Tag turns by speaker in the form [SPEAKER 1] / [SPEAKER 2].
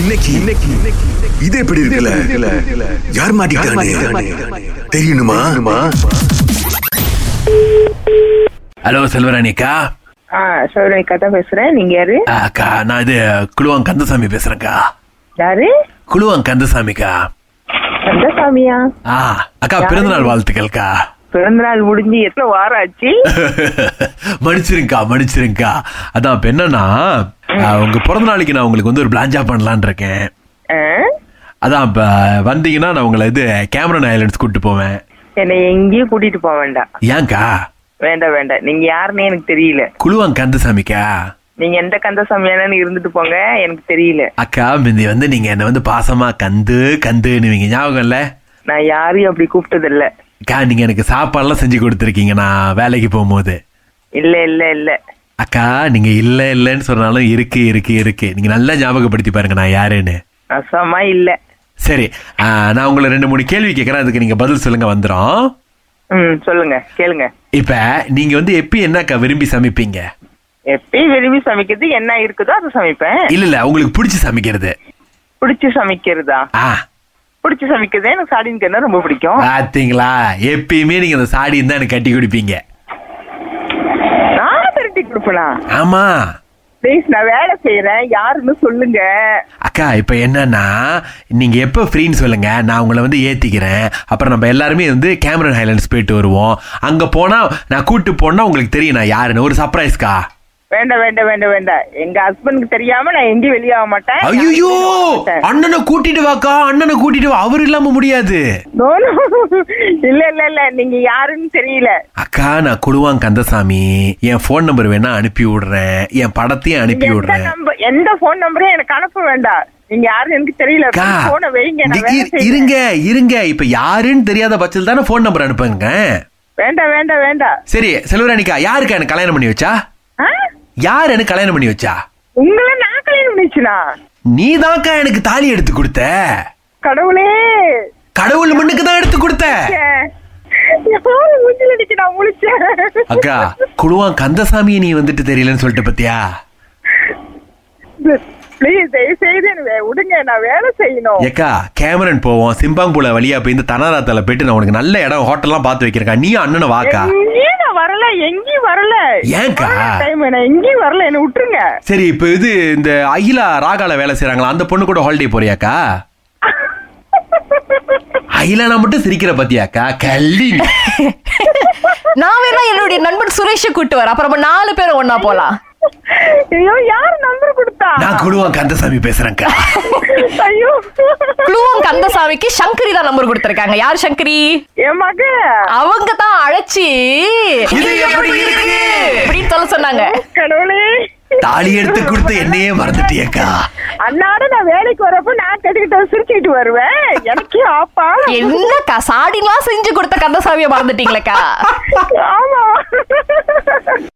[SPEAKER 1] இன்னைக்கு இன்னைக்கு இது எப்படி இருக்குல்ல யார் மாட்டிக்கிட்டானே தெரியணுமா
[SPEAKER 2] ஹலோ செல்வராணி அக்கா
[SPEAKER 3] ஆ சோழனை கதை பேசுறேன் நீங்க யாரு
[SPEAKER 2] ஆ, Ah, அக்கா நான் இது குழுவாங் கந்தசாமி பேசுறேன்க்கா
[SPEAKER 3] யாரு
[SPEAKER 2] குழுவாங் கந்தசாமிக்கா
[SPEAKER 3] கந்தசாமியா
[SPEAKER 2] ஆ அக்கா பிறந்தநாள் வாழ்த்துக்கள்க்கா
[SPEAKER 3] பிறந்தநாள் முடிஞ்சு எத்தனை வாரம் ஆச்சு
[SPEAKER 2] மன்னிச்சிருங்கக்கா மன்னிச்சிருங்கக்கா அதான் இப்ப என்னன்னா ஆ, உங்க பிறந்த நாளைக்கு நான் உங்களுக்கு வந்து ஒரு பிளாஞ்சா பண்ணலான் இருக்கேன்
[SPEAKER 3] ஆ?
[SPEAKER 2] அதான் இப்ப வந்தீங்கன்னா நான் உங்களை இது கேமரன் ஐலண்ட்ஸ் கூட்டிட்டு போவேன்
[SPEAKER 3] என்னை எங்கேயும் கூட்டிட்டு போக வேண்டாம்
[SPEAKER 2] ஏன்க்கா
[SPEAKER 3] வேண்டாம் வேண்டாம் நீங்க யாருன்னு எனக்கு தெரியல
[SPEAKER 2] குழுவாங் கந்தசாமிக்கா
[SPEAKER 3] நீங்க எந்த கந்தசாமியானு இருந்துட்டு போங்க எனக்கு தெரியல
[SPEAKER 2] அக்கா முந்தி வந்து நீங்க என்ன வந்து பாசமா கந்து கந்துன்னுவீங்க ஞாபகம் இல்லை
[SPEAKER 3] நான் யாரையும் அப்படி கூப்பிட்டது இல்ல
[SPEAKER 2] அக்கா நீங்க எனக்கு சாப்பாடுலாம் செஞ்சு கொடுத்துருக்கீங்க நான் வேலைக்கு போகும்போது
[SPEAKER 3] இல்ல இல்ல இல்ல
[SPEAKER 2] அக்கா நீங்க இல்ல இல்லன்னு சொன்னாலும் இருக்கு இருக்கு இருக்கு நீங்க நல்லா ஞாபகப்படுத்தி பாருங்க நான் யாருன்னு
[SPEAKER 3] அசமா இல்ல
[SPEAKER 2] சரி ஆ, நான் உங்களை ரெண்டு மூணு கேள்வி கேட்கறேன் அதுக்கு நீங்க பதில் சொல்லுங்க வந்துடும்
[SPEAKER 3] ம் சொல்லுங்க கேளுங்க
[SPEAKER 2] இப்ப நீங்க வந்து எப்பி என்னக்கா விரும்பி சமைப்பீங்க
[SPEAKER 3] எப்பயும் விரும்பி சமைக்கிறது என்ன இருக்குதோ அதை சமைப்பேன்
[SPEAKER 2] இல்ல இல்ல உங்களுக்கு பிடிச்சி சமைக்கிறது
[SPEAKER 3] பிடிச்சி சமைக்கிறதா
[SPEAKER 2] ஆ
[SPEAKER 3] பிடிச்சி சமைக்கிறது எனக்கு சாடின் கண்ணா ரொம்ப பிடிக்கும்
[SPEAKER 2] பாத்தீங்களா எப்பயுமே நீங்க அந்த சாடியும் தான் எனக்கு கட்டி குடிப்பீங்க
[SPEAKER 3] நான் திரட்டி கொடுப்பேனா
[SPEAKER 2] ஆமா
[SPEAKER 3] ப்ளீஸ் நான் வேலை செய்யறேன் யாருன்னு சொல்லுங்க
[SPEAKER 2] அக்கா இப்ப என்னன்னா நீங்க எப்ப ஃப்ரீன்னு சொல்லுங்க நான் உங்களை வந்து ஏத்திக்கிறேன் அப்புறம் நம்ம எல்லாருமே வந்து கேமரன் ஹைலண்ட்ஸ் போயிட்டு வருவோம் அங்க போனா நான் கூட்டு போனா உங்களுக்கு தெரியும் நான் யாருன்னு ஒரு சர்ப்ரைஸ்க்கா
[SPEAKER 3] வேண்டாம் வேண்டாம் வேண்டாம் வேண்டாம் எங்க ஹஸ்பண்டுக்கு தெரியாம நான் எங்கேயும் வெளியே ஆக மாட்டேன்
[SPEAKER 2] ஐயோ அண்ணனை கூட்டிட்டு வாக்கா அண்ணனை கூட்டிட்டு வா அவர் இல்லாம முடியாது
[SPEAKER 3] No, no. இல்ல இல்ல இல்ல நீங்க யாருன்னு தெரியல
[SPEAKER 2] அக்கா நான் குழுவான் கந்தசாமி என் ஃபோன் நம்பர் வேணா அனுப்பி விடுறேன் என் படத்தையும் அனுப்பி
[SPEAKER 3] எந்த
[SPEAKER 2] விடுறேன்
[SPEAKER 3] நம்பர் எந்த போன் நம்பரையும் எனக்கு அனுப்ப வேண்டாம் நீங்க யாருன்னு எனக்கு தெரியல
[SPEAKER 2] அக்கா
[SPEAKER 3] போன வைங்க நான்
[SPEAKER 2] இ-
[SPEAKER 3] வேலை
[SPEAKER 2] இ-
[SPEAKER 3] செய்யறேன்.
[SPEAKER 2] இருங்க இருங்க இப்ப யாருன்னு தெரியாத பட்சத்தில் தானே ஃபோன் நம்பர் அனுப்புங்க
[SPEAKER 3] வேண்டாம் வேண்டாம் வேண்டாம்
[SPEAKER 2] சரி செல்வராணிக்கா யாருக்கா எனக்கு கல்யாணம் பண்ணி வச்சா
[SPEAKER 3] ஆ?
[SPEAKER 2] யார் எனக்கு கல்யாணம் பண்ணி வச்சா
[SPEAKER 3] உங்களை நான் கல்யாணம் பண்ணிச்சுனா
[SPEAKER 2] நீ எனக்கு தாலி எடுத்து கொடுத்த
[SPEAKER 3] கடவுளே
[SPEAKER 2] கடவுள் மண்ணுக்கு தான் எடுத்து கொடுத்த
[SPEAKER 3] எவ்வளவு மூஞ்சில் அடிச்சு நான் முழிச்சேன்
[SPEAKER 2] அக்கா குழுவான் கந்தசாமியை நீ வந்துட்டு தெரியலன்னு சொல்லிட்டு பத்தியா
[SPEAKER 3] ப்ளீஸ் தயவு செய்து என்னை விடுங்க நான் வேலை செய்யணும்
[SPEAKER 2] ஏக்கா கேமரன் போவோம் சிம்பாங்குல வழியா போய் இந்த தனராத்தால போயிட்டு நான் உனக்கு நல்ல இடம் ஹோட்டல்லாம் பார்த்து வைக்கிறேக்கா நீ அண்ணனை வாக்கா
[SPEAKER 3] எங்கேயும் நான் வரல எங்கேயும் வரல
[SPEAKER 2] ஏன்க்கா?
[SPEAKER 3] டைம் நான் எங்கேயும் வரல என்ன விட்டுருங்க
[SPEAKER 2] சரி இப்போ இது இந்த அகிலா ராகால வேலை செய்றாங்களா அந்த பொண்ணு கூட ஹாலிடே போறியாக்கா அகிலானா மட்டும் சிரிக்கிற பத்தியாக்கா கள்ளி
[SPEAKER 4] நான் வேணா என்னுடைய நண்பன் சுரேஷ கூட்டு வரேன் அப்புறம் நம்ம நாலு பேரும் ஒண்ணா போலாம்
[SPEAKER 3] ஐயோ யார் நம்பர் கொடுத்தா
[SPEAKER 2] நான் குழுவான் கந்தசாமி பேசுறேன்க்கா
[SPEAKER 3] ஐயோ
[SPEAKER 4] குழுவும் கந்தசாமிக்கு சங்கரி தான் நம்பர் கொடுத்திருக்காங்க யார் சங்கரி
[SPEAKER 3] என் மக
[SPEAKER 4] அவங்க தான் அழைச்சி
[SPEAKER 2] இது எப்படி இருக்கு?
[SPEAKER 4] அப்படின்னு சொல்ல சொன்னாங்க
[SPEAKER 3] கடவுளே
[SPEAKER 2] தாலி எடுத்து கொடுத்து என்னையே மறந்துட்டியேக்கா
[SPEAKER 3] அண்ணாட நான் வேலைக்கு வரப்ப நான் கட்டிக்கிட்ட சிரிச்சுக்கிட்டு வருவேன் எனக்கே ஆப்பா
[SPEAKER 4] என்னக்கா சாடிலாம் செஞ்சு கொடுத்த கந்தசாமியை மறந்துட்டீங்களேக்கா
[SPEAKER 3] ஆமா